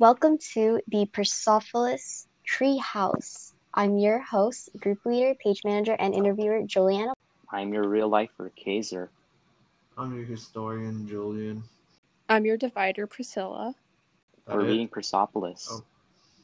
Welcome to the Persepolis Treehouse. I'm your host, group leader, page manager, and interviewer Juliana. I'm your real lifer, Kaiser. I'm your historian, Julian. I'm your divider, Priscilla. That We're it? reading Persepolis. Oh,